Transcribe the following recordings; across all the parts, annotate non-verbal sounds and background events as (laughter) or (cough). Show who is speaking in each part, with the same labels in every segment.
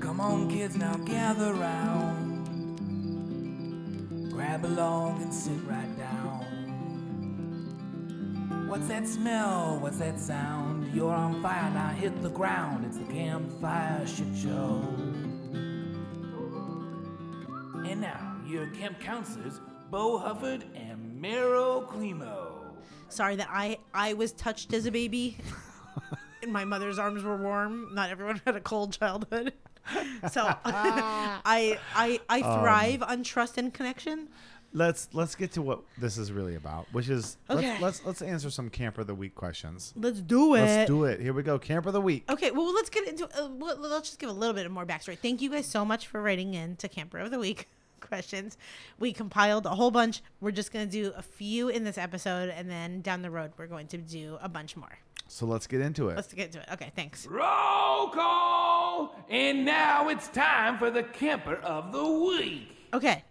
Speaker 1: Come on, kids, now gather round. Grab along and sit right down. What's that smell? What's that sound? You're on fire, now hit the ground. It's the campfire shit show. And now, your camp counselors, Bo Hufford and Meryl Climo.
Speaker 2: Sorry that I I was touched as a
Speaker 3: (laughs)
Speaker 2: baby. And my mother's arms were warm. Not everyone had a cold
Speaker 3: (laughs)
Speaker 2: childhood. So I I I
Speaker 3: Um,
Speaker 2: thrive on trust and connection.
Speaker 3: let's let's get to what this is really about, which is
Speaker 2: Okay.
Speaker 3: let's, let's let's answer some camper of the week questions.
Speaker 2: Let's do it.
Speaker 3: Let's do it. Here we go. Camper of the week.
Speaker 2: Okay, well, let's get into. Uh, well, let's just give a little bit of more backstory. Thank you guys so much for writing in to Camper of the Week (laughs) questions. We compiled a whole bunch. We're just gonna do a few in this episode, and then down the road, we're going to do a bunch more.
Speaker 3: So let's get into it.
Speaker 2: Let's get to it. Okay, thanks.
Speaker 1: Roll call! And now it's time for the camper of the week.
Speaker 2: Okay.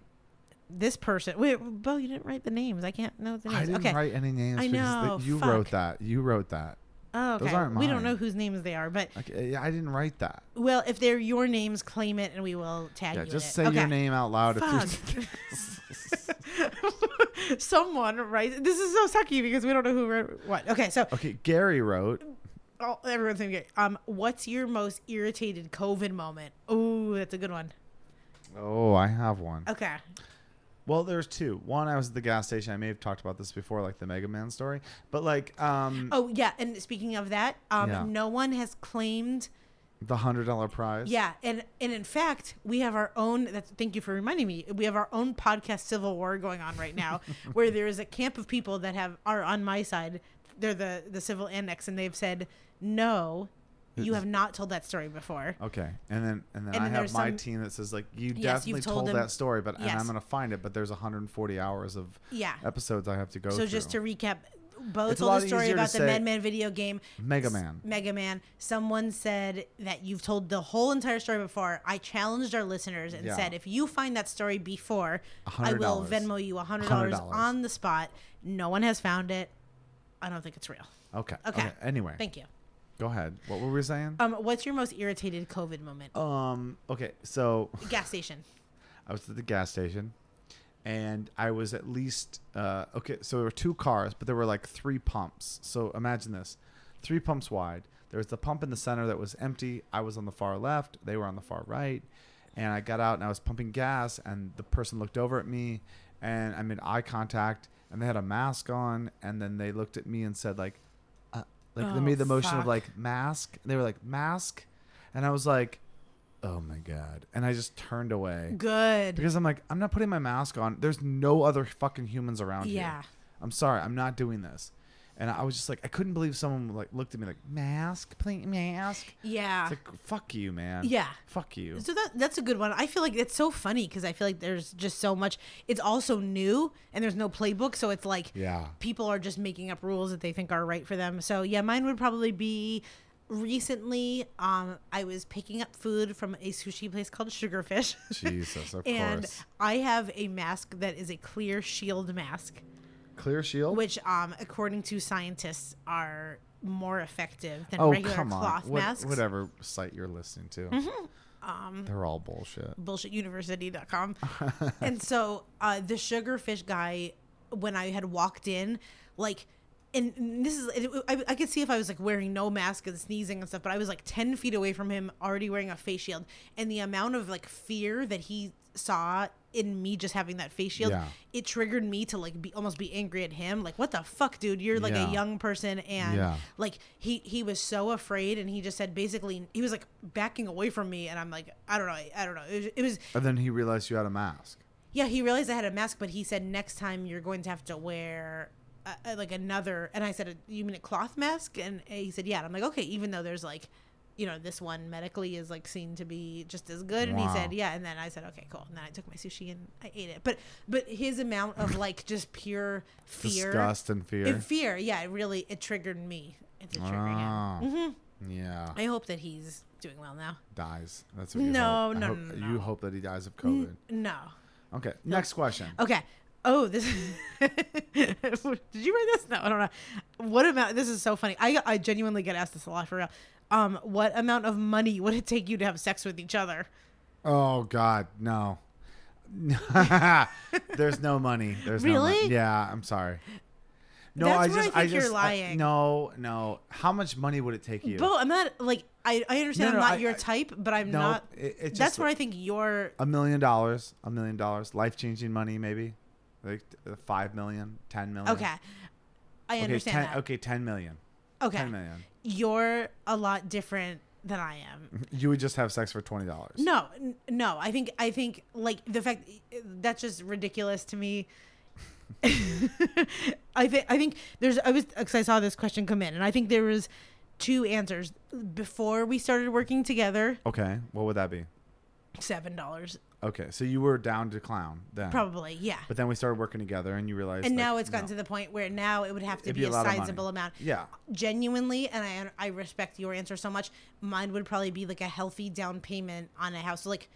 Speaker 2: This person. Wait, Bo, you didn't write the names. I can't know the names.
Speaker 3: I didn't
Speaker 2: okay.
Speaker 3: write any names.
Speaker 2: I
Speaker 3: because
Speaker 2: know,
Speaker 3: the- you
Speaker 2: fuck.
Speaker 3: wrote that. You wrote that.
Speaker 2: oh, okay.
Speaker 3: those aren't
Speaker 2: We don't
Speaker 3: mine.
Speaker 2: know whose names they are, but
Speaker 3: Like, I I didn't write that.
Speaker 2: well, if they're your names, claim it, and we will tag
Speaker 3: Yeah,
Speaker 2: you. in
Speaker 3: just
Speaker 2: it.
Speaker 3: say
Speaker 2: Okay.
Speaker 3: your name (laughs) out loud. If
Speaker 2: Fuck. (laughs) Someone right. This is so sucky because we don't know who wrote what. Okay, so
Speaker 3: (laughs) okay, Gary wrote.
Speaker 2: all, everyone's gonna get. Um, what's your most irritated COVID moment? Ooh, that's a good one.
Speaker 3: Oh, I have one.
Speaker 2: Okay.
Speaker 3: Well, there's two. One, I was at the gas station. I may have talked about this before, like the Mega Man story. But like um,
Speaker 2: Oh yeah, and speaking of that, um,
Speaker 3: Yeah.
Speaker 2: no one has claimed
Speaker 3: the hundred dollar prize.
Speaker 2: Yeah, and and in fact, we have our own. That's, thank you for reminding me. We have our own podcast civil war going on right now, where there is a camp of people that have are on my side. They're the the civil annex, and they've said no. You have not told that story before.
Speaker 3: Okay, and then and then
Speaker 2: And
Speaker 3: I
Speaker 2: then
Speaker 3: have
Speaker 2: there's
Speaker 3: my
Speaker 2: some-
Speaker 3: team that says like you
Speaker 2: you've
Speaker 3: definitely
Speaker 2: told
Speaker 3: told
Speaker 2: them-
Speaker 3: that story, but and
Speaker 2: Yes.
Speaker 3: I'm gonna find it. But there's 140 hours of
Speaker 2: Yeah.
Speaker 3: episodes I have to go.
Speaker 2: So
Speaker 3: through.
Speaker 2: just to recap, Bo
Speaker 3: It's a
Speaker 2: told
Speaker 3: lot
Speaker 2: a story
Speaker 3: easier to
Speaker 2: about the
Speaker 3: say-
Speaker 2: Med Man video game.
Speaker 3: Mega
Speaker 2: S-
Speaker 3: Man.
Speaker 2: Mega Man. Someone said that you've told the whole entire story before. I challenged our listeners and
Speaker 3: Yeah.
Speaker 2: said, if you find that story before, I will
Speaker 3: $100.
Speaker 2: Venmo you $100,
Speaker 3: $100.
Speaker 2: on the spot. No one has found it. I don't think it's real.
Speaker 3: okay, okay.
Speaker 2: Okay.
Speaker 3: Anyway,
Speaker 2: Thank you.
Speaker 3: go ahead. What were we saying?
Speaker 2: Um, what's your most irritated COVID moment?
Speaker 3: um. Okay. So
Speaker 2: Gas station.
Speaker 3: I was at the gas station, and I was at least uh, okay. So there were two cars, but there were like three pumps. So imagine this: three pumps wide. There was the pump in the center that was empty. I was on the far left. They were on the far right, and I got out and I was pumping gas. And the person looked over at me, and I made eye contact. And they had a mask on, and then they looked at me and said like, uh, like they
Speaker 2: Oh,
Speaker 3: made the motion of
Speaker 2: fuck.
Speaker 3: like mask. They were like mask, and I was like, oh my god. And I just turned away.
Speaker 2: Good.
Speaker 3: Because I'm like, I'm not putting my mask on. There's no other fucking humans around here.
Speaker 2: Yeah.
Speaker 3: I'm sorry, I'm not doing this. And I was just like, I couldn't believe someone like looked at me like, mask, please, mask.
Speaker 2: Yeah.
Speaker 3: It's like, fuck you, man.
Speaker 2: Yeah.
Speaker 3: Fuck you.
Speaker 2: So that that's a good one. I feel like it's so funny because I feel like there's just so much. It's also new and there's no playbook, so it's like
Speaker 3: Yeah.
Speaker 2: people are just making up rules that they think are right for them. So yeah, mine would probably be recently. Um, I was picking up food from a sushi place
Speaker 3: (laughs)
Speaker 2: called Sugarfish,
Speaker 3: Jesus, of
Speaker 2: (laughs) and
Speaker 3: course.
Speaker 2: I have a mask that is a clear shield mask.
Speaker 3: Clear Shield.
Speaker 2: which, um, according to scientists, are more effective than
Speaker 3: oh
Speaker 2: regular
Speaker 3: come on!
Speaker 2: cloth
Speaker 3: What-
Speaker 2: masks. Mm-hmm. Um,
Speaker 3: whatever site you're listening to, they're all bullshit.
Speaker 2: bullshituniversity.com.
Speaker 3: (laughs)
Speaker 2: and so uh, the sugarfish guy, when I had walked in, like, and- and this is, it, I, I could see if I was like wearing no mask and sneezing and stuff, but I was like 10 feet away from him, already wearing a face shield. And the amount of like fear that he saw in me just having that face shield,
Speaker 3: Yeah.
Speaker 2: it triggered me to like be almost be angry at him. Like, what the fuck, dude? You're like
Speaker 3: Yeah.
Speaker 2: a young person and
Speaker 3: Yeah.
Speaker 2: like he he was so afraid and he just said basically he was like backing away from me and i'm like i don't know i don't know it was, it was
Speaker 3: And then he realized you had a mask.
Speaker 2: yeah he realized i had a mask but he said next time you're going to have to wear uh, uh, like another and i said you mean a cloth mask and he said yeah and i'm like okay even though there's like you know this one medically is like seen to be just as good and he
Speaker 3: Wow.
Speaker 2: said yeah and then i said okay cool and then i took my sushi and i ate it but but his amount of like
Speaker 3: (laughs)
Speaker 2: just pure fear
Speaker 3: Disgust and fear.
Speaker 2: and fear yeah it really it triggered me It triggered him.
Speaker 3: Oh.
Speaker 2: Mm-hmm.
Speaker 3: Yeah.
Speaker 2: I hope that he's doing well now.
Speaker 3: dies. That's what you
Speaker 2: No,
Speaker 3: hope. I
Speaker 2: no,
Speaker 3: hope-
Speaker 2: no,
Speaker 3: You
Speaker 2: no.
Speaker 3: hope that he dies of COVID.
Speaker 2: No.
Speaker 3: Okay. Next question.
Speaker 2: Okay. Oh, this. (laughs) Did you write this? No, I don't know. What amount? This is so funny. I I genuinely get asked this a lot for real. Um, what amount of money would it take you to have sex with each other?
Speaker 3: Oh God, no. (laughs) There's no money. There's No
Speaker 2: Really?
Speaker 3: money. Yeah, I'm sorry. No,
Speaker 2: That's
Speaker 3: I
Speaker 2: where
Speaker 3: just,
Speaker 2: I think you're
Speaker 3: just- I-
Speaker 2: lying.
Speaker 3: no, no. How much money would it take you?
Speaker 2: Bo, I'm not like I, I understand
Speaker 3: No,
Speaker 2: I'm
Speaker 3: no,
Speaker 2: not
Speaker 3: I-
Speaker 2: your
Speaker 3: I-
Speaker 2: type, but I'm
Speaker 3: no,
Speaker 2: not.
Speaker 3: it- it just-
Speaker 2: that's where I think you're.
Speaker 3: a million dollars. A million dollars. Life changing money, maybe. Like uh, five million, ten million.
Speaker 2: Okay. I
Speaker 3: Okay,
Speaker 2: understand
Speaker 3: ten,
Speaker 2: that.
Speaker 3: okay, ten million.
Speaker 2: Okay.
Speaker 3: Ten million.
Speaker 2: You're a lot different than I am.
Speaker 3: You would just have sex for twenty dollars.
Speaker 2: No, n- no. I think I think like the fact that's just ridiculous to me. (laughs) I think I think there's I was because I saw this question come in and I think there was two answers before we started working together.
Speaker 3: Okay, what would that be?
Speaker 2: Seven dollars,
Speaker 3: Okay, so you were down to clown then.
Speaker 2: probably, yeah.
Speaker 3: But then we started working together, and you realized.
Speaker 2: and
Speaker 3: like,
Speaker 2: now it's gotten
Speaker 3: no.
Speaker 2: to the point where now it would have to
Speaker 3: It'd
Speaker 2: be,
Speaker 3: be a
Speaker 2: a
Speaker 3: lot of money.
Speaker 2: sizable amount.
Speaker 3: Yeah.
Speaker 2: Genuinely, and I I respect your answer so much. Mine would probably be like a healthy down payment on a house, so like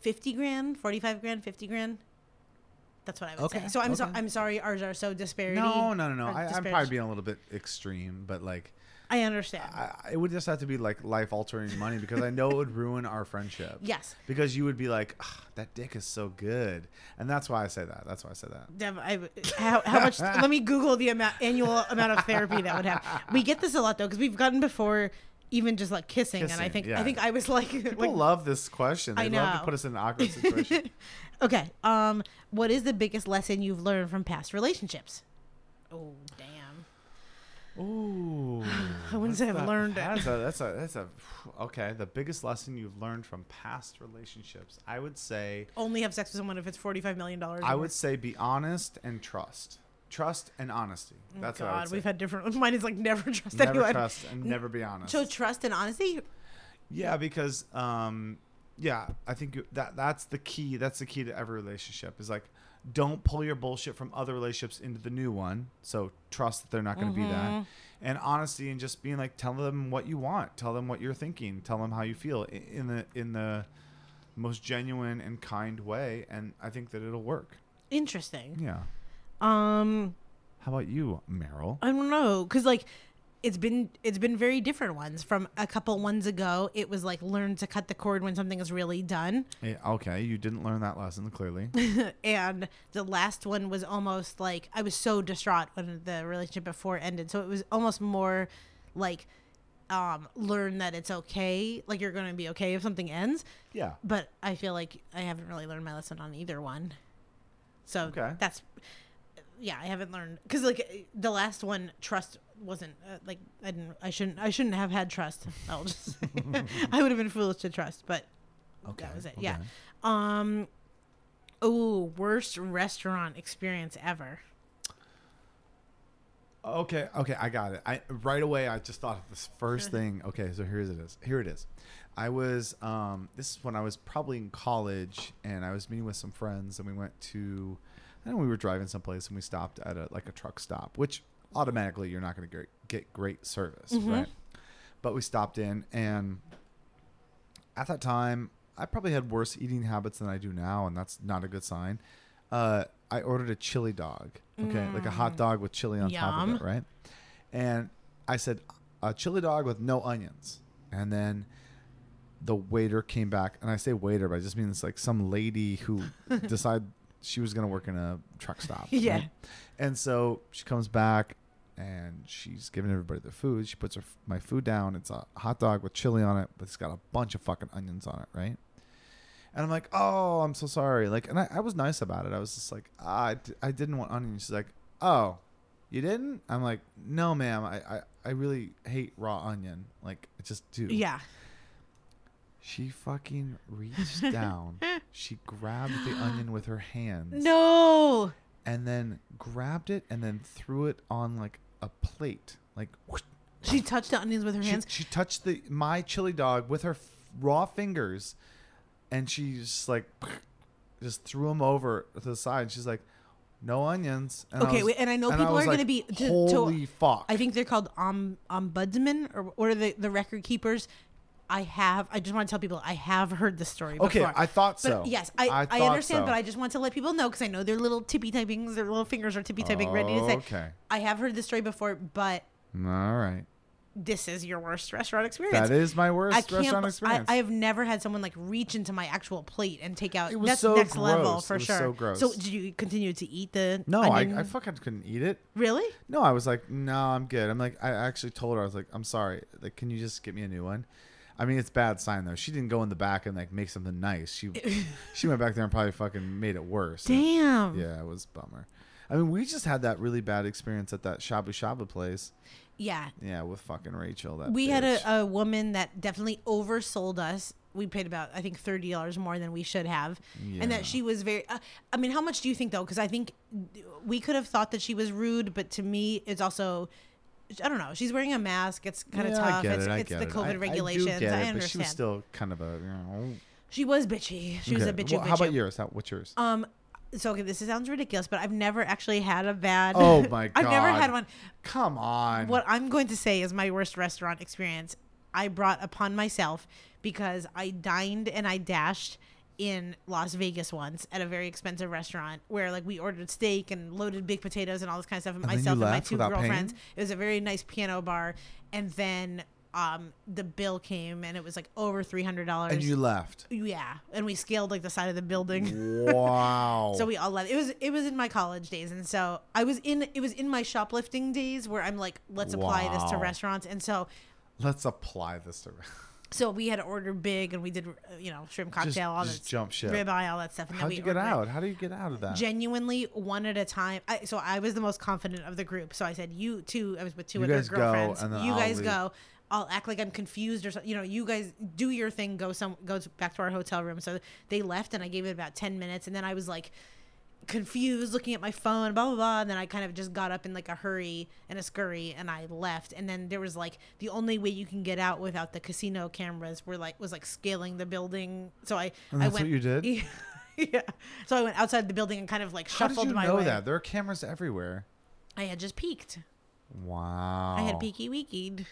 Speaker 2: fifty grand, forty five grand, fifty grand. That's what I would
Speaker 3: Okay,
Speaker 2: say. So I'm so,
Speaker 3: okay.
Speaker 2: I'm sorry, ours are so disparity.
Speaker 3: No, no, no, no.
Speaker 2: or
Speaker 3: I, I'm
Speaker 2: disparage-
Speaker 3: probably being a little bit extreme, but like,
Speaker 2: I understand.
Speaker 3: I, it would just have to be like life altering money because I know it would ruin our friendship.
Speaker 2: Yes.
Speaker 3: Because you would be like, "Ugh, that dick is so good. And that's why I say that. That's why I say that.
Speaker 2: Dev, I, how,
Speaker 3: (laughs)
Speaker 2: how much? let me Google the amount, annual amount of therapy that would have. We get this a lot though, because we've gotten before, even just like kissing, and I
Speaker 3: Kissing,
Speaker 2: think
Speaker 3: yeah.
Speaker 2: I think I was like,
Speaker 3: People
Speaker 2: like
Speaker 3: love this question. They
Speaker 2: I
Speaker 3: love to
Speaker 2: know.
Speaker 3: put us in an awkward
Speaker 2: (laughs)
Speaker 3: situation.
Speaker 2: Okay. Um, what is the biggest lesson you've learned from past relationships? Oh, damn.
Speaker 3: Ooh.
Speaker 2: I wouldn't say I've learned it.
Speaker 3: That's a, that's a, that's a, okay. The biggest lesson you've learned from past relationships, I would say,
Speaker 2: Only have sex with someone if it's forty-five million dollars.
Speaker 3: I would say be honest and trust. Trust and honesty. That's what I would
Speaker 2: Oh God,
Speaker 3: say.
Speaker 2: we've had different. (laughs) Mine is like never trust
Speaker 3: never
Speaker 2: anyone. (laughs)
Speaker 3: trust and never be honest.
Speaker 2: So trust and honesty.
Speaker 3: Yeah, because um, yeah, I think you- that that's the key. That's the key to every relationship is like, don't pull your bullshit from other relationships into the new one. So trust that they're not going to be
Speaker 2: Mm-hmm.
Speaker 3: that, and honesty and just being like, tell them what you want, tell them what you're thinking, tell them how you feel i- in the in the most genuine and kind way, and I think that it'll work.
Speaker 2: Interesting.
Speaker 3: Yeah.
Speaker 2: Um, Uh
Speaker 3: How about you, Meryl?
Speaker 2: I don't know, cause like. It's been it's been very different ones from a couple ones ago. It was like learn to cut the cord when something is really done.
Speaker 3: Eh, Okay, you didn't learn that lesson
Speaker 2: (laughs)
Speaker 3: clearly.
Speaker 2: and the last one was almost like I was so distraught when the relationship before ended. So it was almost more like um learn that it's okay, like you're going to be okay if something ends.
Speaker 3: yeah.
Speaker 2: But I feel like I haven't really learned my lesson on either one. So
Speaker 3: Okay.
Speaker 2: that's yeah, I haven't learned cuz like the last one trust wasn't uh, like I didn't I shouldn't I shouldn't have had trust. (laughs) I'll just I would have been foolish to trust, but
Speaker 3: Okay.
Speaker 2: that was it. Yeah. Um. Oh, worst restaurant experience ever.
Speaker 3: Okay, okay, I got it. I right away I just thought of this first thing. Okay, so here's it is. Here it is. I was um this is when I was probably in college and I was meeting with some friends and we went to I don't know we were driving someplace and we stopped at a like a truck stop, which automatically you're not going to get great service, right? But we stopped in and at that time, I probably had worse eating habits than I do now, and that's not a good sign. uh, I ordered a chili dog. Okay, like a hot dog with chili on top
Speaker 2: Yum.
Speaker 3: of it, right? And I said a chili dog with no onions. And then the waiter came back, and I say waiter, but I just mean it's like some lady
Speaker 2: (laughs)
Speaker 3: who decided she was gonna work in a truck stop.
Speaker 2: Yeah.
Speaker 3: And so she comes back, and she's giving everybody their food. She puts her my food down. It's a hot dog with chili on it, but it's got a bunch of fucking onions on it, right? And I'm like, oh, I'm so sorry. Like, and I, I was nice about it. I was just like, ah, I, d- I didn't want onions. She's like, oh, you didn't? I'm like, no, ma'am. I, I, I really hate raw onion. Like, I just do.
Speaker 2: Yeah.
Speaker 3: She fucking
Speaker 2: (laughs)
Speaker 3: reached down. she grabbed the onion with her hands.
Speaker 2: No.
Speaker 3: And then grabbed it and then threw it on like a plate. Like, whoosh.
Speaker 2: She touched the onions with her
Speaker 3: she,
Speaker 2: hands.
Speaker 3: she touched the my chili dog with her f- raw fingers, and she just like just threw him over to the side. And she's like, "No onions." And
Speaker 2: Okay, wait, and I know people
Speaker 3: was
Speaker 2: are
Speaker 3: like,
Speaker 2: gonna be- to- to-
Speaker 3: holy fuck.
Speaker 2: I think they're called om, ombudsman or what are the the record keepers. I have. I just want to tell people I have heard this story.
Speaker 3: Okay,
Speaker 2: before.
Speaker 3: I thought
Speaker 2: But
Speaker 3: so.
Speaker 2: yes, I,
Speaker 3: I
Speaker 2: I,
Speaker 3: thought
Speaker 2: understand,
Speaker 3: so.
Speaker 2: but I just want to let people know because I know their little tippy typings, their little fingers are tippy typing, ready to say.
Speaker 3: Okay.
Speaker 2: I have heard this story before, but
Speaker 3: All right,
Speaker 2: this is your worst restaurant experience.
Speaker 3: that is my worst
Speaker 2: I can't.
Speaker 3: restaurant
Speaker 2: b-
Speaker 3: experience.
Speaker 2: I, I have never had someone like reach into my actual plate and take out.
Speaker 3: It was
Speaker 2: that's
Speaker 3: so
Speaker 2: next level
Speaker 3: gross.
Speaker 2: for
Speaker 3: It was
Speaker 2: sure.
Speaker 3: so gross.
Speaker 2: So did you continue to eat the?
Speaker 3: no, I,
Speaker 2: onion?
Speaker 3: I fucking couldn't eat it.
Speaker 2: really.
Speaker 3: No, I was like, no, I'm good. I'm like, I actually told her, I was like, I'm sorry. Like, can you just get me a new one? I mean, it's bad sign though. She didn't go in the back and like make something nice.
Speaker 2: (laughs)
Speaker 3: She she went back there and probably fucking made it worse.
Speaker 2: Damn.
Speaker 3: Yeah, it was a bummer. I mean, we just had that really bad experience at that shabu shabu place.
Speaker 2: Yeah.
Speaker 3: Yeah, with fucking Rachel. That
Speaker 2: We had
Speaker 3: bitch.
Speaker 2: a, uh, a woman that definitely oversold us. We paid about I think thirty dollars more than we should have, and
Speaker 3: Yeah.
Speaker 2: that she was very. Uh, I mean, how much do you think though? Because I think we could have thought that she was rude, but to me, it's also. I don't know. She's wearing a mask. It's kind of
Speaker 3: Yeah,
Speaker 2: tough.
Speaker 3: I get
Speaker 2: it's
Speaker 3: it. I
Speaker 2: it's
Speaker 3: get
Speaker 2: the
Speaker 3: it.
Speaker 2: COVID
Speaker 3: I- I do
Speaker 2: regulations. I,
Speaker 3: get it,
Speaker 2: understand.
Speaker 3: But she was still kind of a. You know,
Speaker 2: bitchy. She was a
Speaker 3: okay.
Speaker 2: bitchy.
Speaker 3: Well,
Speaker 2: bitchy.
Speaker 3: How about yours? How, what's yours?
Speaker 2: Um. So okay, this sounds ridiculous, but I've never actually had a bad. (laughs)
Speaker 3: Oh, my
Speaker 2: I've never
Speaker 3: God.
Speaker 2: had one.
Speaker 3: Come on.
Speaker 2: What I'm going to say is my worst restaurant experience I brought upon myself because I dined and I dashed in Las Vegas once at a very expensive restaurant where like we ordered steak and loaded big potatoes and all this kind of stuff and,
Speaker 3: then you
Speaker 2: myself and my
Speaker 3: left
Speaker 2: two
Speaker 3: without paying?
Speaker 2: girlfriends. It was a very nice piano bar and then um the bill came and it was like over $300.
Speaker 3: And you left.
Speaker 2: yeah, and we scaled like the side of the building.
Speaker 3: wow.
Speaker 2: So we all left. It was it was in my college days, and so I was in it was in my shoplifting days where I'm like, let's apply this to
Speaker 3: Wow.
Speaker 2: restaurants, and so
Speaker 3: Let's apply this to.
Speaker 2: so we had to order big, and we did uh, you know shrimp cocktail, all
Speaker 3: just
Speaker 2: that
Speaker 3: jump ship.
Speaker 2: ribeye, all that stuff. And then
Speaker 3: How'd
Speaker 2: we
Speaker 3: you get
Speaker 2: ordered it
Speaker 3: out? How do you get out of that?
Speaker 2: Genuinely one at a time. I, so I was the most confident of the group. So I said, "You two, I was with two
Speaker 3: You
Speaker 2: other
Speaker 3: guys go,
Speaker 2: girlfriends.
Speaker 3: and then
Speaker 2: you
Speaker 3: I'll
Speaker 2: guys
Speaker 3: leave."
Speaker 2: go. I'll act like I'm confused or something. You know, you guys do your thing. Go some. Go to- back to our hotel room. So they left, and I gave it about ten minutes, and then I was like confused, looking at my phone, blah blah blah. And then I kind of just got up in like a hurry and a scurry, and I left. And then there was like the only way you can get out without the casino cameras were like was like scaling the building. So I
Speaker 3: And
Speaker 2: I
Speaker 3: that's what
Speaker 2: went.
Speaker 3: you did?
Speaker 2: (laughs) Yeah. So I went outside the building and kind of like
Speaker 3: How did
Speaker 2: shuffled
Speaker 3: you
Speaker 2: my
Speaker 3: know
Speaker 2: way.
Speaker 3: that? There are cameras everywhere.
Speaker 2: I had just peeked.
Speaker 3: Wow.
Speaker 2: I had peeky weekied.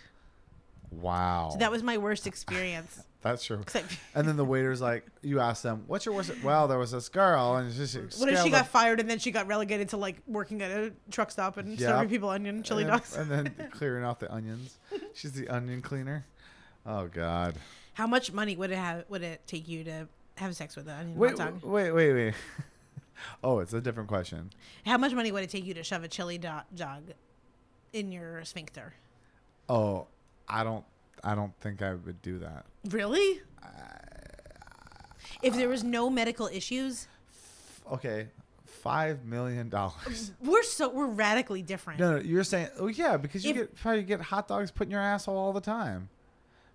Speaker 3: Wow.
Speaker 2: That was my
Speaker 3: (laughs)
Speaker 2: worst experience.
Speaker 3: That's true.
Speaker 2: 'Cause I-
Speaker 3: And then the waiter's like, you ask them, "What's your worst?" Well, there was this girl, and she, she
Speaker 2: what if she got fired and then she got relegated to like working at a truck stop and
Speaker 3: Yeah.
Speaker 2: serving people onion chili
Speaker 3: and,
Speaker 2: dogs?
Speaker 3: and then (laughs) clearing off the
Speaker 2: (laughs)
Speaker 3: onions. She's the onion cleaner. Oh God.
Speaker 2: How much money would it have? Would it take you to have sex with an onion
Speaker 3: Wait,
Speaker 2: hot dog?
Speaker 3: wait, wait, wait. (laughs) oh, it's a different question.
Speaker 2: How much money would it take you to shove a chili do- dog in your sphincter?
Speaker 3: Oh, I don't, I don't think I would do that.
Speaker 2: Really? Uh, if there was no medical issues,
Speaker 3: Okay, five million dollars.
Speaker 2: we're so we're radically different.
Speaker 3: No, no, you're saying, oh yeah, because you
Speaker 2: If-
Speaker 3: get probably get hot dogs put in your asshole all the time.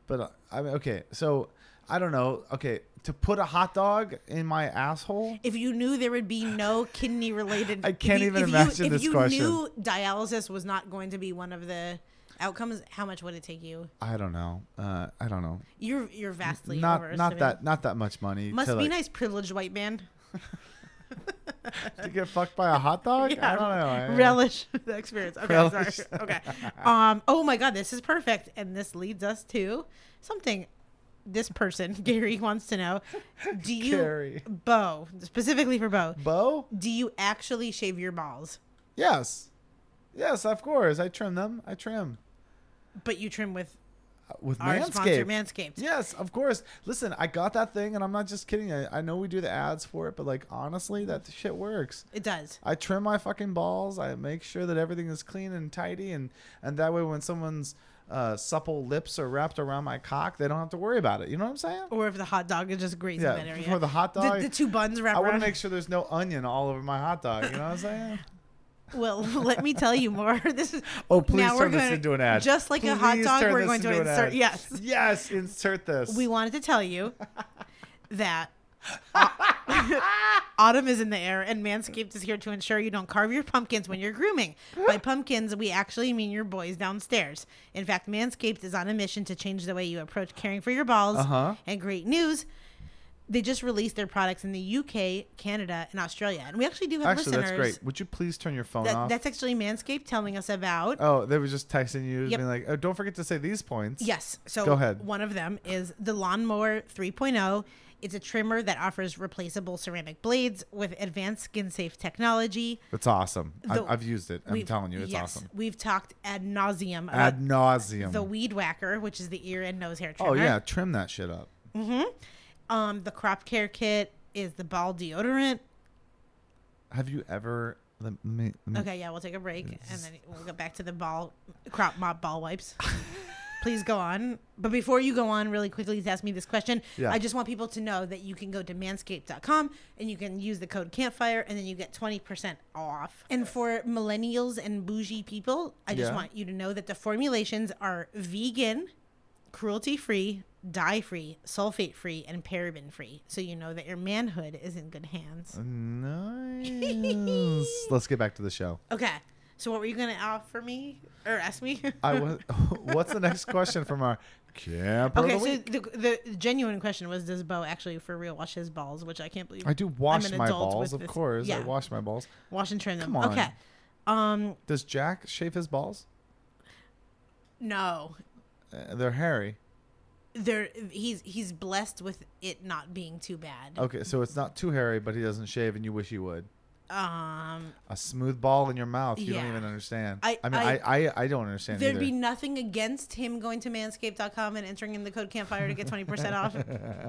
Speaker 3: But uh, I mean, okay, so I don't know. Okay, to put a hot dog in my asshole,
Speaker 2: if you knew there would be no kidney related
Speaker 3: I can't even imagine
Speaker 2: if
Speaker 3: this
Speaker 2: you
Speaker 3: question.
Speaker 2: knew dialysis was not going to be one of the outcomes how much would it take you
Speaker 3: I don't know. Uh, I don't know.
Speaker 2: you're you're vastly
Speaker 3: Not not
Speaker 2: overestimating.
Speaker 3: that not that much money.
Speaker 2: must
Speaker 3: to,
Speaker 2: be
Speaker 3: like,
Speaker 2: nice privileged white man
Speaker 3: to get fucked by a
Speaker 2: (laughs)
Speaker 3: hot dog. I don't know. I-
Speaker 2: relish (laughs) the experience okay
Speaker 3: Relish. (laughs)
Speaker 2: sorry okay um oh my god this is perfect and this leads us to something this person, (laughs) Gary, wants to know Do you,
Speaker 3: Gary.
Speaker 2: Bo, specifically for Bo,
Speaker 3: Bo?
Speaker 2: do you actually shave your balls?
Speaker 3: Yes. Yes, of course. I trim them. I trim. Uh,
Speaker 2: But you trim with
Speaker 3: With
Speaker 2: our
Speaker 3: Manscaped.
Speaker 2: sponsor, Manscaped.
Speaker 3: Yes, of course. Listen, I got that thing, and I'm not just kidding. I, I know we do the ads for it, but like honestly, that shit works.
Speaker 2: It does.
Speaker 3: I trim my fucking balls. I make sure that everything is clean and tidy, and and that way, when someone's uh, supple lips are wrapped around my cock, they don't have to worry about it. You know what I'm saying?
Speaker 2: Or if the hot dog is just grazing
Speaker 3: Yeah,
Speaker 2: that area.
Speaker 3: before the hot dog-
Speaker 2: The, two buns wrap
Speaker 3: I want to
Speaker 2: around.
Speaker 3: make sure there's no onion all over my hot dog. You know what I'm saying?
Speaker 2: (laughs) Well, let me tell you more. (laughs) This is
Speaker 3: Oh, please
Speaker 2: now we're
Speaker 3: turn this
Speaker 2: gonna-
Speaker 3: into an ad.
Speaker 2: Just like a hot
Speaker 3: Please
Speaker 2: dog,
Speaker 3: turn
Speaker 2: we're
Speaker 3: this
Speaker 2: going to
Speaker 3: into an
Speaker 2: insert.
Speaker 3: ad.
Speaker 2: Yes,
Speaker 3: Yes, insert this.
Speaker 2: we wanted to
Speaker 3: (laughs)
Speaker 2: tell you that au- (laughs) autumn is in the air, and Manscaped is here to ensure you don't carve your pumpkins when you're grooming.
Speaker 3: (gasps)
Speaker 2: By pumpkins, we actually mean your boys downstairs. In fact, Manscaped is on a mission to change the way you approach caring for your balls.
Speaker 3: Uh-huh.
Speaker 2: And great news. They just released their products in the UK, Canada, and Australia. And we actually do have
Speaker 3: Actually,
Speaker 2: listeners.
Speaker 3: that's great. Would you please turn your phone
Speaker 2: That,
Speaker 3: off?
Speaker 2: that's actually Manscaped telling us about.
Speaker 3: oh, they were just texting you,
Speaker 2: Yep.
Speaker 3: being like, "Oh, don't forget to say these points."
Speaker 2: Yes. So
Speaker 3: Go ahead.
Speaker 2: one of them is the Lawnmower 3.0. It's a trimmer that offers replaceable ceramic blades with advanced skin safe technology.
Speaker 3: It's awesome.
Speaker 2: The-
Speaker 3: I, I've used it. I'm
Speaker 2: We've-
Speaker 3: telling you, it's
Speaker 2: yes,
Speaker 3: awesome.
Speaker 2: We've talked ad nauseum about
Speaker 3: Ad nauseum.
Speaker 2: the weed whacker, which is the ear and nose hair trimmer.
Speaker 3: oh yeah, trim that shit up.
Speaker 2: Um, the crop care kit is the ball deodorant.
Speaker 3: Have you ever? Let me. Let me
Speaker 2: Okay, yeah, we'll take a break and then we'll go back to the ball crop mop ball wipes. Please go on. But before you go on, really quickly to ask me this question,
Speaker 3: Yeah.
Speaker 2: I just want people to know that you can go to manscaped.com and you can use the code campfire and then you get 20% off. And for millennials and bougie people, I just
Speaker 3: Yeah.
Speaker 2: want you to know that the formulations are vegan, cruelty free, dye free, sulfate free, and paraben free. So you know that your manhood is in good hands.
Speaker 3: Nice. Let's get back to the show.
Speaker 2: Okay. So what were you gonna offer me or ask me? (laughs)
Speaker 3: I was. (laughs) What's the next question from our camper? of
Speaker 2: okay.
Speaker 3: the
Speaker 2: So
Speaker 3: week?
Speaker 2: the, the genuine question was, does Bo actually for real wash his balls? Which I can't believe.
Speaker 3: I do wash
Speaker 2: an
Speaker 3: my
Speaker 2: adult
Speaker 3: balls,
Speaker 2: with
Speaker 3: of
Speaker 2: this-
Speaker 3: course. I
Speaker 2: yeah.
Speaker 3: wash my balls.
Speaker 2: Wash and trim them.
Speaker 3: Come on.
Speaker 2: Okay. Um.
Speaker 3: Does Jack shave his balls?
Speaker 2: No.
Speaker 3: Uh, they're hairy.
Speaker 2: There. He's he's blessed with it not being too bad.
Speaker 3: Okay, so it's not too hairy, but he doesn't shave, and you wish he would.
Speaker 2: Um.
Speaker 3: A smooth ball in your mouth. You don't
Speaker 2: Yeah.
Speaker 3: even understand.
Speaker 2: I-
Speaker 3: mean,
Speaker 2: I-
Speaker 3: I, I, I don't understand
Speaker 2: There'd
Speaker 3: either.
Speaker 2: be nothing against him going to manscaped.com and entering in the code campfire to get
Speaker 3: (laughs)
Speaker 2: 20% off.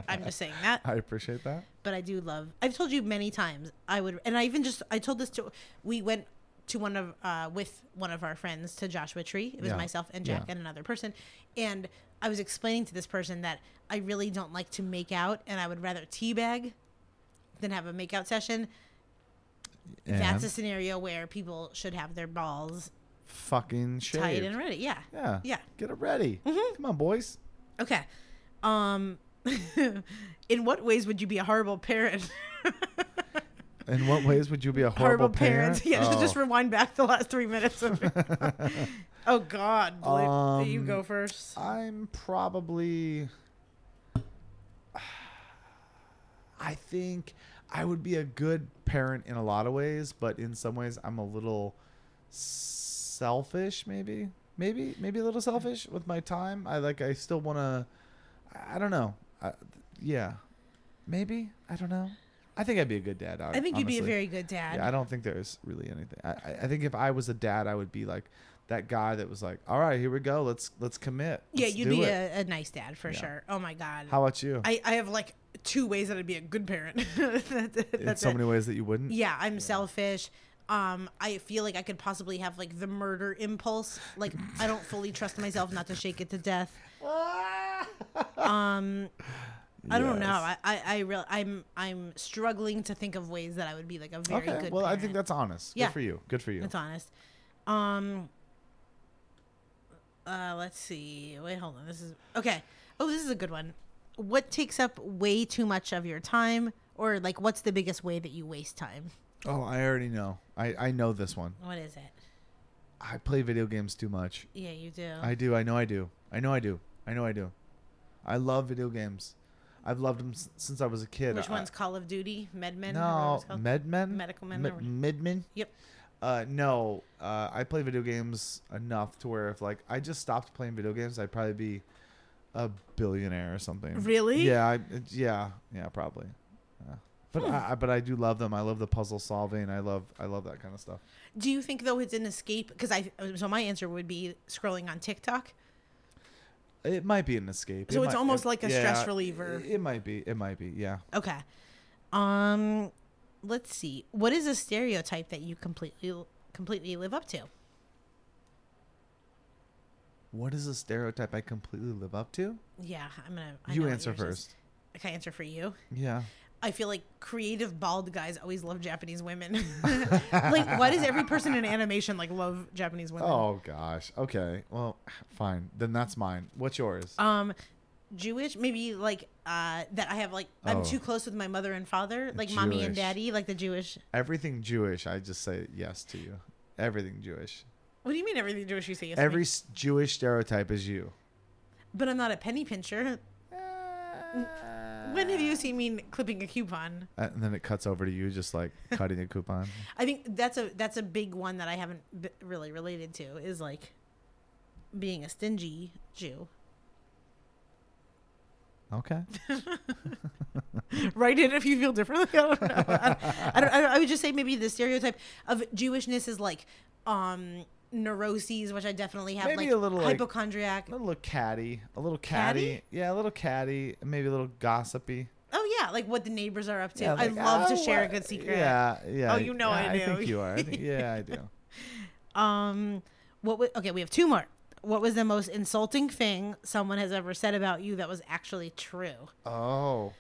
Speaker 2: I'm just saying that.
Speaker 3: I appreciate that.
Speaker 2: but I do love. I've told you many times I would, and I even just I told this to. We went to one of uh, with one of our friends to Joshua Tree. It was
Speaker 3: Yeah.
Speaker 2: myself and Jack
Speaker 3: Yeah.
Speaker 2: and another person, and I was explaining to this person that I really don't like to make out, and I would rather teabag than have a makeout session.
Speaker 3: And
Speaker 2: That's a scenario where people should have their balls
Speaker 3: fucking shave.
Speaker 2: tied and ready. Yeah.
Speaker 3: Yeah.
Speaker 2: Yeah. Mm-hmm.
Speaker 3: Get it ready. Come on, boys.
Speaker 2: Okay. Um. (laughs) in what ways would you be a horrible parent? (laughs)
Speaker 3: In what ways would you be a horrible,
Speaker 2: horrible parents.
Speaker 3: parent?
Speaker 2: (laughs) Yeah, just, just
Speaker 3: Oh.
Speaker 2: rewind back the last three minutes. Of it. (laughs) oh God, Blake, you
Speaker 3: Um,
Speaker 2: go first.
Speaker 3: I'm probably. I think I would be a good parent in a lot of ways, but in some ways I'm a little selfish. Maybe, maybe, maybe a little selfish with my time. I like. I still want to. I don't know. I, yeah, maybe. I don't know. I think I'd be a good dad.
Speaker 2: I think you'd be a
Speaker 3: honestly.
Speaker 2: very good dad.
Speaker 3: Yeah, I don't think there's really anything. I, I- I think if I was a dad, I would be like that guy that was like, "All right, here we go. Let's let's commit.
Speaker 2: Yeah,
Speaker 3: Let's
Speaker 2: you'd
Speaker 3: do
Speaker 2: be
Speaker 3: it."
Speaker 2: a, a nice dad for sure. Oh my God,
Speaker 3: How about you?
Speaker 2: I, I have like two ways that I'd be a good parent. (laughs) That-
Speaker 3: In
Speaker 2: That's
Speaker 3: so
Speaker 2: it.
Speaker 3: many ways that you wouldn't.
Speaker 2: Yeah, I'm selfish. Um, I feel like I could possibly have like the murder impulse. Like I don't fully trust myself not to shake it
Speaker 3: (laughs)
Speaker 2: to death. Um, I don't know. I I, I real I'm I'm struggling to think of ways that I would be like a very
Speaker 3: okay.
Speaker 2: good.
Speaker 3: well, I
Speaker 2: parent.
Speaker 3: think that's honest.
Speaker 2: Yeah.
Speaker 3: Good for you. Good for you.
Speaker 2: That's honest. Um. Uh, let's see. Wait, hold on. This is okay. Oh, this is a good one. What takes up way too much of your time, or like, what's the biggest way that you waste time?
Speaker 3: Oh, I already know. I I know this one.
Speaker 2: What is it?
Speaker 3: I play video games too much.
Speaker 2: Yeah, you do.
Speaker 3: I do. I know. I do. I know. I do. I know. I do. I love video games. I've loved them s- since I was a kid.
Speaker 2: Which
Speaker 3: I-
Speaker 2: one's Call of Duty? Medmen? or whatever
Speaker 3: uh, No,
Speaker 2: it's called?
Speaker 3: Medmen.
Speaker 2: Medical men
Speaker 3: Mi-
Speaker 2: or-
Speaker 3: Midmen.
Speaker 2: Yep.
Speaker 3: Uh, no, uh, I play video games enough to where if like I just stopped playing video games, I'd probably be a billionaire or something.
Speaker 2: Really?
Speaker 3: Yeah, I, it- yeah, yeah, probably. Yeah. But I, I- but I do love them. I love the puzzle solving. I love I love that kind of stuff.
Speaker 2: Do you think though it's an escape? Because I so my answer would be scrolling on TikTok.
Speaker 3: It might be an escape.
Speaker 2: So
Speaker 3: It
Speaker 2: it's
Speaker 3: might-
Speaker 2: almost
Speaker 3: it-
Speaker 2: like a stress reliever.
Speaker 3: It, it might be. It might be. Yeah.
Speaker 2: Okay. Um, let's see. What is a stereotype that you completely completely live up to?
Speaker 3: What is a stereotype I completely live up to?
Speaker 2: Yeah, I'm gonna. I
Speaker 3: You
Speaker 2: know what
Speaker 3: answer
Speaker 2: yours is.
Speaker 3: first.
Speaker 2: Can I answer for you?
Speaker 3: Yeah.
Speaker 2: I feel like creative bald guys always love
Speaker 3: (laughs)
Speaker 2: Japanese women. (laughs) like, why does every person in animation like love Japanese women?
Speaker 3: Oh gosh. Okay. Well, fine. Then that's mine. What's yours?
Speaker 2: Um, Jewish, maybe like uh that I have like I'm
Speaker 3: Oh.
Speaker 2: too close with my mother and father, like mommy and
Speaker 3: Jewish.
Speaker 2: daddy, like the Jewish.
Speaker 3: Everything Jewish. I just say yes to you. Everything Jewish.
Speaker 2: What do you mean everything Jewish you say? Yes to me?
Speaker 3: Every s- Jewish stereotype is you.
Speaker 2: but I'm not a penny pincher. When have you seen me clipping a coupon?
Speaker 3: Uh, And then it cuts over to you, just
Speaker 2: (laughs)
Speaker 3: like cutting a coupon.
Speaker 2: I think that's a that's a big one that I haven't b- really related to is like being a stingy Jew.
Speaker 3: Okay.
Speaker 2: Write it if you feel differently. (laughs) I don't know. I, I, don't, I, don't- I would just say maybe the stereotype of Jewishness is like um neuroses, which I definitely have,
Speaker 3: Maybe
Speaker 2: like
Speaker 3: a little, like-
Speaker 2: hypochondriac.
Speaker 3: A little catty. A little catty.
Speaker 2: Catty?
Speaker 3: Yeah, a little catty. Maybe a little gossipy.
Speaker 2: oh yeah, like what the neighbors are up to.
Speaker 3: Yeah,
Speaker 2: I
Speaker 3: like,
Speaker 2: love to
Speaker 3: "Oh,
Speaker 2: share a
Speaker 3: uh,
Speaker 2: good secret.
Speaker 3: Yeah, yeah.
Speaker 2: Oh, you know
Speaker 3: yeah,
Speaker 2: I do.
Speaker 3: I think you
Speaker 2: (laughs)
Speaker 3: are. I think, yeah, I do.
Speaker 2: Um, what? wa okay, we have two more. What was the most insulting thing someone has ever said about you that was actually true?
Speaker 3: Oh,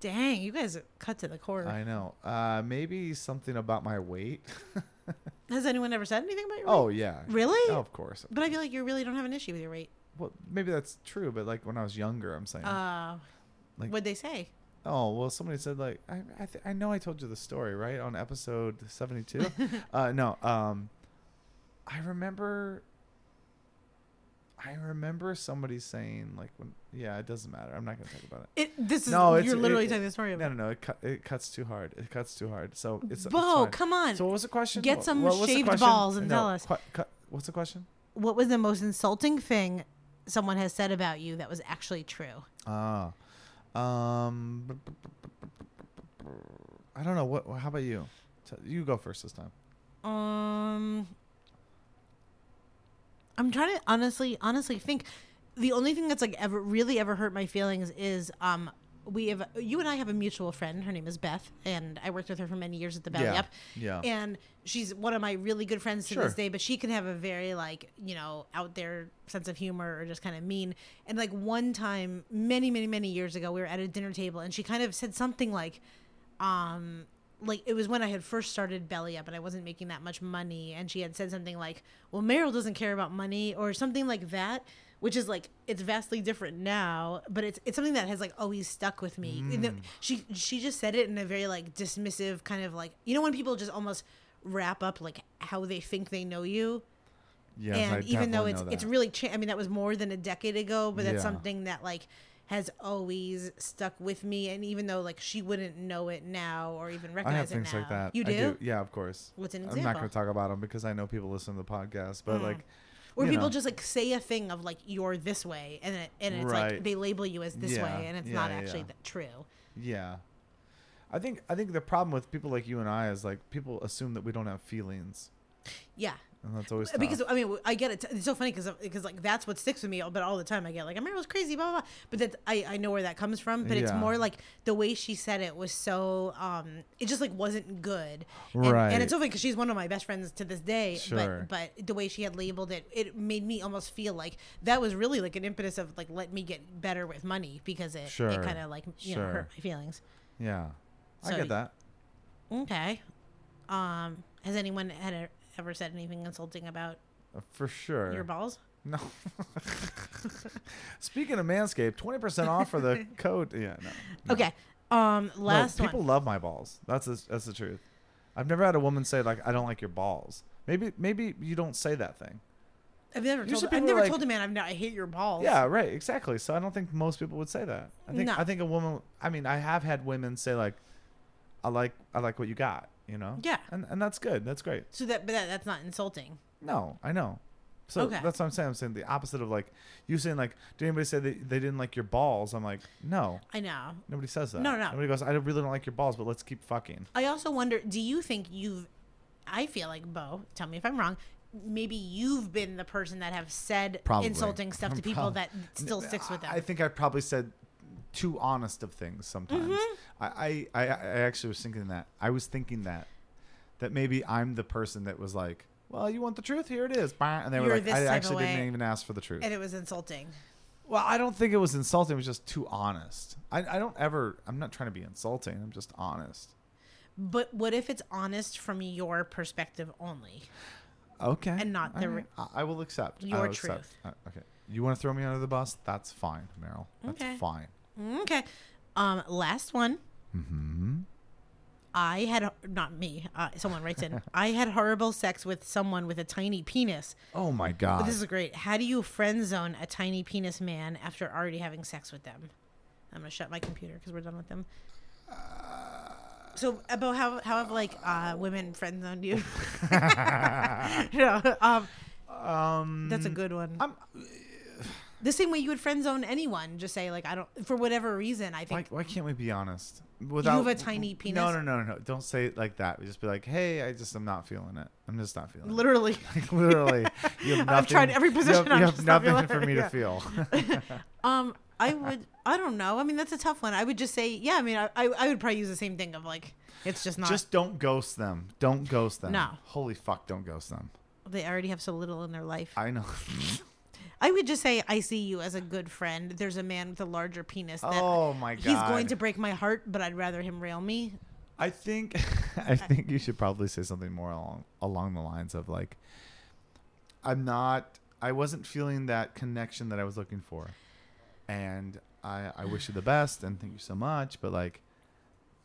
Speaker 2: Dang, you guys cut to the core.
Speaker 3: I know. Uh, maybe something about my weight.
Speaker 2: Has anyone ever said anything about your weight?
Speaker 3: oh yeah.
Speaker 2: Really?
Speaker 3: Oh, of course.
Speaker 2: But I feel like you really don't have an issue with your weight.
Speaker 3: Well, maybe that's true, but like when I was younger, I'm saying.
Speaker 2: Uh,
Speaker 3: Oh. Like-
Speaker 2: what'd they say?
Speaker 3: oh well, somebody said like I I, th- I know I told you the story right on episode seventy
Speaker 2: (laughs)
Speaker 3: two. uh, no, um, I remember. I remember somebody saying like when yeah it doesn't matter I'm not gonna talk about it.
Speaker 2: It, this is
Speaker 3: No, it's
Speaker 2: you're literally
Speaker 3: it-
Speaker 2: telling the story of
Speaker 3: No,
Speaker 2: it.
Speaker 3: no, no. It, cut, it cuts too hard. It cuts too hard. So it's. it's
Speaker 2: Whoa,
Speaker 3: fine.
Speaker 2: come on.
Speaker 3: So what was the question?
Speaker 2: Get
Speaker 3: What-
Speaker 2: some
Speaker 3: what was the
Speaker 2: shaved
Speaker 3: question?
Speaker 2: balls and tell us.
Speaker 3: Qu- cut- what's the question?
Speaker 2: What was the most insulting thing someone has said about you that was actually true?
Speaker 3: Ah, um, I don't know. What? How about you? T- You go first this time.
Speaker 2: Um, I'm trying to honestly, honestly think. The only thing that's like ever really ever hurt my feelings is um we have you and I have a mutual friend. Her name is Beth, and I worked with her for many years at the Belly
Speaker 3: Yeah,
Speaker 2: Up.
Speaker 3: yeah.
Speaker 2: and she's one of my really good friends to
Speaker 3: Sure.
Speaker 2: this day. But she can have a very like you know out there sense of humor or just kind of mean. And like one time, many many many years ago, we were at a dinner table, and she kind of said something like, um like it was when I had first started Belly Up and I wasn't making that much money and she had said something like, "Well, Meryl doesn't care about money" or something like that, which is like it's vastly different now, but it's it's something that has like always stuck with me. And the- She she just said it in a very like dismissive kind of like, you know when people just almost wrap up like how they think they know you
Speaker 3: Yes,
Speaker 2: and even though it's it's
Speaker 3: really
Speaker 2: really cha- I mean that was more than a decade ago, but that's
Speaker 3: Yeah.
Speaker 2: something that like has always stuck with me. And even though like she wouldn't know it now or even
Speaker 3: I have
Speaker 2: recognize it
Speaker 3: things
Speaker 2: now,
Speaker 3: like that.
Speaker 2: you
Speaker 3: I
Speaker 2: do,
Speaker 3: Yeah, of course.
Speaker 2: What's an
Speaker 3: I'm not
Speaker 2: example?
Speaker 3: gonna talk about them because I know people listen to the podcast, but like.
Speaker 2: or
Speaker 3: you
Speaker 2: people
Speaker 3: know.
Speaker 2: just like say a thing of like you're this way, and it, and it's
Speaker 3: Right.
Speaker 2: like they label you as this
Speaker 3: Yeah,
Speaker 2: way, and it's
Speaker 3: yeah,
Speaker 2: not
Speaker 3: yeah,
Speaker 2: actually
Speaker 3: yeah.
Speaker 2: that true.
Speaker 3: Yeah. I think I think the problem with people like you and I is like people assume that we don't have feelings,
Speaker 2: Yeah.
Speaker 3: and that's always tough.
Speaker 2: Uh, Because I mean I get it. It's so funny because because like that's what sticks with me. But all the time I get like Amira was crazy, blah blah. blah. But that I I know where that comes from. But it's
Speaker 3: Yeah.
Speaker 2: more like the way she said it was so um it just like wasn't good. And,
Speaker 3: Right.
Speaker 2: And it's so funny because she's one of my best friends to this day.
Speaker 3: Sure.
Speaker 2: But but the way she had labeled it, it made me almost feel like that was really like an impetus of like let me get better with money because it
Speaker 3: Sure.
Speaker 2: it kind of like you know
Speaker 3: Sure.
Speaker 2: hurt my feelings.
Speaker 3: yeah, I
Speaker 2: So
Speaker 3: get
Speaker 2: y-
Speaker 3: that.
Speaker 2: Okay. Um. Has anyone had e-, ever said anything insulting about
Speaker 3: Uh, For sure.
Speaker 2: your balls?
Speaker 3: No. (laughs) Speaking of Manscaped, twenty percent off for
Speaker 2: (laughs)
Speaker 3: the code. Yeah, no. no.
Speaker 2: Okay. Um.
Speaker 3: No,
Speaker 2: Last
Speaker 3: people
Speaker 2: one.
Speaker 3: love my balls. That's the, that's the truth. I've never had a woman say like, "I don't like your balls." Maybe maybe you don't say that thing.
Speaker 2: I've never told.
Speaker 3: Usually
Speaker 2: I've
Speaker 3: people
Speaker 2: never
Speaker 3: are
Speaker 2: told
Speaker 3: like-
Speaker 2: a man. I've not. I hate your balls.
Speaker 3: Yeah, right. Exactly. So I don't think most people would say that. I think
Speaker 2: No.
Speaker 3: I think a woman. I mean, I have had women say like, "I like I like what you got," you know.
Speaker 2: Yeah.
Speaker 3: And and that's good. That's great.
Speaker 2: So that, but that, that's not insulting.
Speaker 3: No, I know. So
Speaker 2: Okay.
Speaker 3: that's what I'm saying. I'm saying the opposite of like you saying like, did anybody say that they didn't like your balls? I'm like, no,
Speaker 2: I know.
Speaker 3: nobody says that.
Speaker 2: No, no.
Speaker 3: Nobody goes, I really don't like your balls, but let's keep fucking.
Speaker 2: I also wonder do you think you've, I feel like, Bo, tell me if I'm wrong, maybe you've been the person that have said
Speaker 3: Probably.
Speaker 2: insulting stuff to people
Speaker 3: Probably.
Speaker 2: that still sticks with them?
Speaker 3: I think I probably said too honest of things sometimes.
Speaker 2: Mm-hmm.
Speaker 3: I, I, I, I actually was thinking that. I was thinking that that maybe I'm the person that was like, well, you want the truth? Here it is. Bah. And they were
Speaker 2: You're
Speaker 3: like,
Speaker 2: this
Speaker 3: I
Speaker 2: type of
Speaker 3: actually didn't
Speaker 2: way.
Speaker 3: even ask for the truth.
Speaker 2: and it was insulting.
Speaker 3: Well, I don't think it was insulting. It was just too honest. I, I don't ever. I'm not trying to be insulting. I'm just honest.
Speaker 2: But what if it's honest from your perspective only?
Speaker 3: Okay.
Speaker 2: And not the
Speaker 3: All
Speaker 2: re-
Speaker 3: I, I will accept I
Speaker 2: Your
Speaker 3: will accept.
Speaker 2: truth.
Speaker 3: Uh, okay. You want to throw me under the bus? That's fine, Meryl. That's
Speaker 2: Okay.
Speaker 3: fine.
Speaker 2: Mm, Okay. Um, last one. Mm-hmm. I had not me. Uh, someone writes in. I had horrible sex with someone with a tiny penis.
Speaker 3: Oh my god.
Speaker 2: But this is great. How do you friend zone a tiny penis man after already having sex with them? I'm gonna shut my computer because we're done with them. So about how how have like uh, women friend zoned you? (laughs) no, um, that's a good one.
Speaker 3: I'm-
Speaker 2: the same way you would friend zone anyone. Just say like I don't for whatever reason. I
Speaker 3: why,
Speaker 2: think
Speaker 3: why can't we be honest? Without
Speaker 2: a tiny
Speaker 3: No,
Speaker 2: penis?
Speaker 3: no, no, no, no. Don't say it like that. We just be like, hey, I just I'm not feeling it. I'm just not feeling
Speaker 2: literally.
Speaker 3: it. (laughs) Literally, you have nothing.
Speaker 2: (laughs) I've tried every
Speaker 3: you have-
Speaker 2: position,
Speaker 3: You have,
Speaker 2: I'm just not
Speaker 3: nothing
Speaker 2: feeling
Speaker 3: for
Speaker 2: it,
Speaker 3: me
Speaker 2: yeah.
Speaker 3: to
Speaker 2: (laughs)
Speaker 3: feel.
Speaker 2: Um, I would. I don't know. I mean, that's a tough one. I would just say yeah. I mean, I I, I would probably use the same thing of like it's just not.
Speaker 3: just don't ghost them. Don't ghost them.
Speaker 2: No.
Speaker 3: Holy fuck! Don't ghost them.
Speaker 2: they already have so little in their life.
Speaker 3: I
Speaker 2: (laughs)
Speaker 3: know.
Speaker 2: I would just say I see you as a good friend. There's a man with a larger penis. That
Speaker 3: Oh, my
Speaker 2: He's going
Speaker 3: God.
Speaker 2: to break my heart, but I'd rather him rail me.
Speaker 3: I think (laughs) I think you should probably say something more along along the lines of like I'm not I wasn't feeling that connection that I was looking for. And I I wish you the best and thank you so much, but like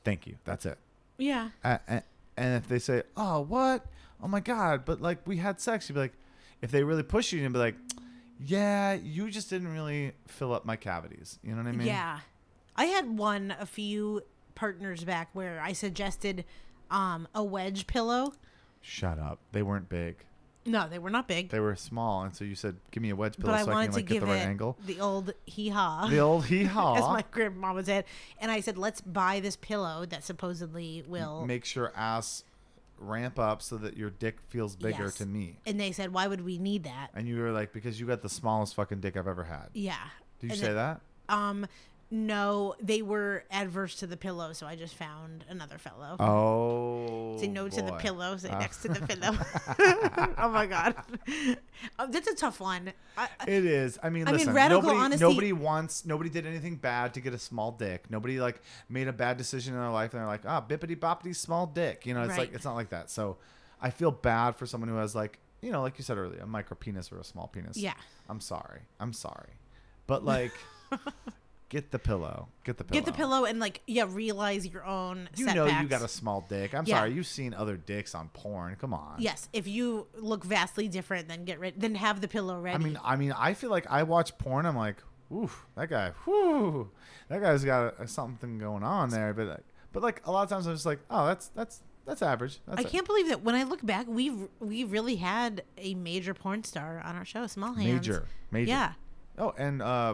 Speaker 3: thank you. That's it.
Speaker 2: Yeah.
Speaker 3: A- a- And if they say, "Oh, what? Oh my god, but like we had sex." You'd be like if they really push you and be like, "Yeah, you just didn't really fill up my cavities." You know what I mean?
Speaker 2: yeah. I had one a few partners back where I suggested um, a wedge pillow.
Speaker 3: Shut up. They weren't big.
Speaker 2: No, they were not big,
Speaker 3: They were small, and so you said, "Give me a wedge pillow
Speaker 2: but I
Speaker 3: so I,
Speaker 2: wanted
Speaker 3: can
Speaker 2: to
Speaker 3: like get
Speaker 2: give
Speaker 3: the right
Speaker 2: it (laughs)
Speaker 3: angle."
Speaker 2: the old hee haw.
Speaker 3: The old hee
Speaker 2: as
Speaker 3: haw.
Speaker 2: my grandmama said, and I said, "Let's buy this pillow that supposedly will
Speaker 3: Makes your ass ramp up so that your dick feels bigger
Speaker 2: Yes.
Speaker 3: to me.
Speaker 2: And they said, "Why would we need that?"
Speaker 3: And you were like, "Because you got the smallest fucking dick I've ever had."
Speaker 2: Yeah.
Speaker 3: Did you
Speaker 2: And
Speaker 3: say
Speaker 2: it-
Speaker 3: that?
Speaker 2: Um, no, they were adverse to the pillow, so I just found another fellow.
Speaker 3: Oh.
Speaker 2: say no to the
Speaker 3: boy.
Speaker 2: pillow. Say
Speaker 3: Uh,
Speaker 2: next to the pillow. (laughs) oh my god, Um, that's a tough one. I, I-
Speaker 3: It is. I mean,
Speaker 2: I mean,
Speaker 3: listen.
Speaker 2: radical
Speaker 3: nobody,
Speaker 2: honesty-
Speaker 3: nobody wants. Nobody did anything bad to get a small dick. Nobody like made a bad decision in their life, and they're like, ah, bippity boppity, small dick. You know, it's
Speaker 2: Right.
Speaker 3: like it's not like that. So, I feel bad for someone who has like, you know, like you said earlier, a micro penis or a small penis.
Speaker 2: Yeah.
Speaker 3: I'm sorry. I'm sorry, but like,
Speaker 2: (laughs)
Speaker 3: get the pillow. Get the pillow.
Speaker 2: get the pillow and like yeah, realize your own.
Speaker 3: You
Speaker 2: setbacks.
Speaker 3: know you got a small dick. I'm
Speaker 2: Yeah.
Speaker 3: sorry. You've seen other dicks on porn. Come on.
Speaker 2: Yes, if you look vastly different, then get rid. Then have the pillow ready.
Speaker 3: I mean, I mean, I feel like I watch porn. I'm like, oof, that guy, whoo, that guy's got a, something going on there. But like, but like a lot of times I'm just like, oh, that's that's that's average. That's
Speaker 2: I
Speaker 3: it.
Speaker 2: can't believe that when I look back, we we really had a major porn star on our show, Small Hands.
Speaker 3: Major, major.
Speaker 2: Yeah,
Speaker 3: Oh, and uh,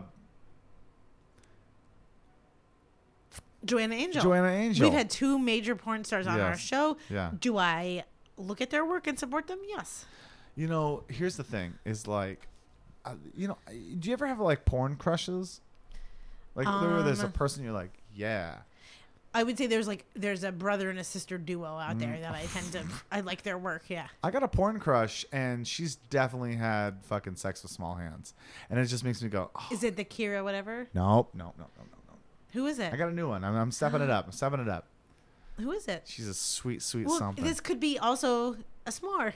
Speaker 2: Joanna Angel.
Speaker 3: Joanna Angel.
Speaker 2: We've had two major porn stars on our
Speaker 3: Yes.
Speaker 2: show.
Speaker 3: Yeah.
Speaker 2: Do I look at their work and support them? Yes.
Speaker 3: you know, here's the thing: is like, uh, you know, do you ever have like porn crushes? Like, literally, there's a
Speaker 2: Um,
Speaker 3: person you're like, yeah,
Speaker 2: I would say there's like there's a brother and a sister duo out there
Speaker 3: Mm.
Speaker 2: that I tend to (laughs) I like their work. Yeah.
Speaker 3: I got a porn crush, and she's definitely had fucking sex with small hands, and it just makes me go, oh,
Speaker 2: Is it the Kira whatever?
Speaker 3: nope, nope, nope, nope, nope, nope.
Speaker 2: Who is it?
Speaker 3: I got a new one. I'm, I'm stepping it up. I'm stepping it up.
Speaker 2: Who is it?
Speaker 3: She's a sweet, sweet
Speaker 2: Well,
Speaker 3: something.
Speaker 2: this could be also a s'more.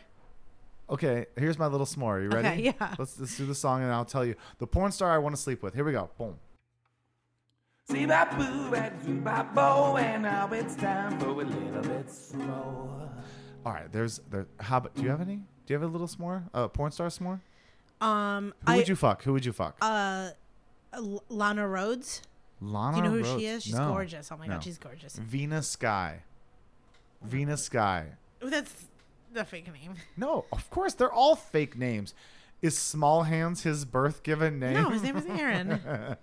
Speaker 3: Okay, here's my little s'more. You ready?
Speaker 2: Okay, yeah.
Speaker 3: Let's, let's do the song, and I'll tell you the porn star I want to sleep with. Here we go. Boom.
Speaker 1: See my boo and you my bow, and now it's time for a little bit slow.
Speaker 3: All right. There's there. How about? Do you have any? Do you have a little s'more? Uh, porn star s'more?
Speaker 2: Um
Speaker 3: Who
Speaker 2: I
Speaker 3: would you fuck? Who would you fuck?
Speaker 2: uh L- Lana Rhodes.
Speaker 3: Lana.
Speaker 2: Do you know who
Speaker 3: Rhodes.
Speaker 2: she is? She's
Speaker 3: No.
Speaker 2: gorgeous. Oh my
Speaker 3: No.
Speaker 2: god, she's gorgeous.
Speaker 3: Venus Sky. Venus Sky.
Speaker 2: That's the fake name.
Speaker 3: No, of course they're all fake names. Is Small Hands his birth given name?
Speaker 2: No, his name is Aaron. I have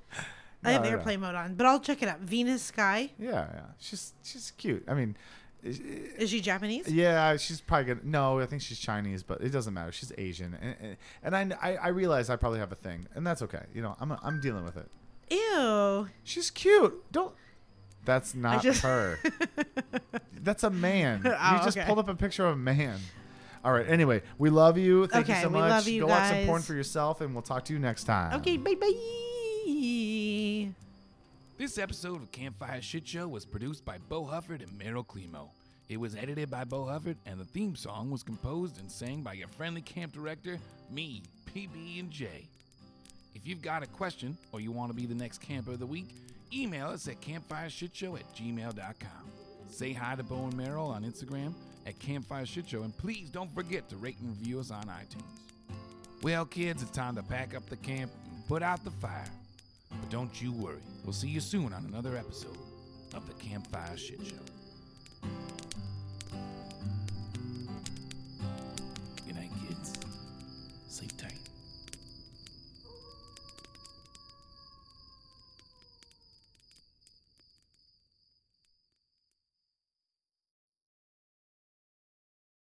Speaker 3: No, no, no.
Speaker 2: airplane mode on, but I'll check it out. Venus Sky.
Speaker 3: (laughs) Yeah, yeah. She's she's cute. I mean,
Speaker 2: Is she Japanese?
Speaker 3: yeah, she's probably gonna. No, I think she's Chinese, but it doesn't matter. She's Asian, and and, and I, I I realize I probably have a thing, and that's okay. You know, I'm I'm dealing with it.
Speaker 2: Ew.
Speaker 3: She's cute. Don't. That's not
Speaker 2: just- (laughs)
Speaker 3: her. That's a man.
Speaker 2: Oh,
Speaker 3: you just
Speaker 2: okay.
Speaker 3: pulled up a picture of a man. All right. Anyway, we love you. Thank you
Speaker 2: Okay,
Speaker 3: so
Speaker 2: we
Speaker 3: much.
Speaker 2: love you
Speaker 3: Go watch some porn
Speaker 2: guys.
Speaker 3: for yourself, and we'll talk to you next time.
Speaker 2: Okay, bye bye.
Speaker 4: This episode of Campfire Shit Show was produced by Bo Hufford and Meryl Climo. It was edited by Bo Hufford, and the theme song was composed and sang by your friendly camp director, me, PB and J. If you've got a question or you want to be the next camper of the week, email us at campfireshitshow at gmail.com. Say hi to Bo and Meryl on Instagram at Campfire Shit Show, and please don't forget to rate and review us on iTunes. Well, kids, it's time to pack up the camp and put out the fire. But don't you worry, we'll see you soon on another episode of the Campfire Shit Show.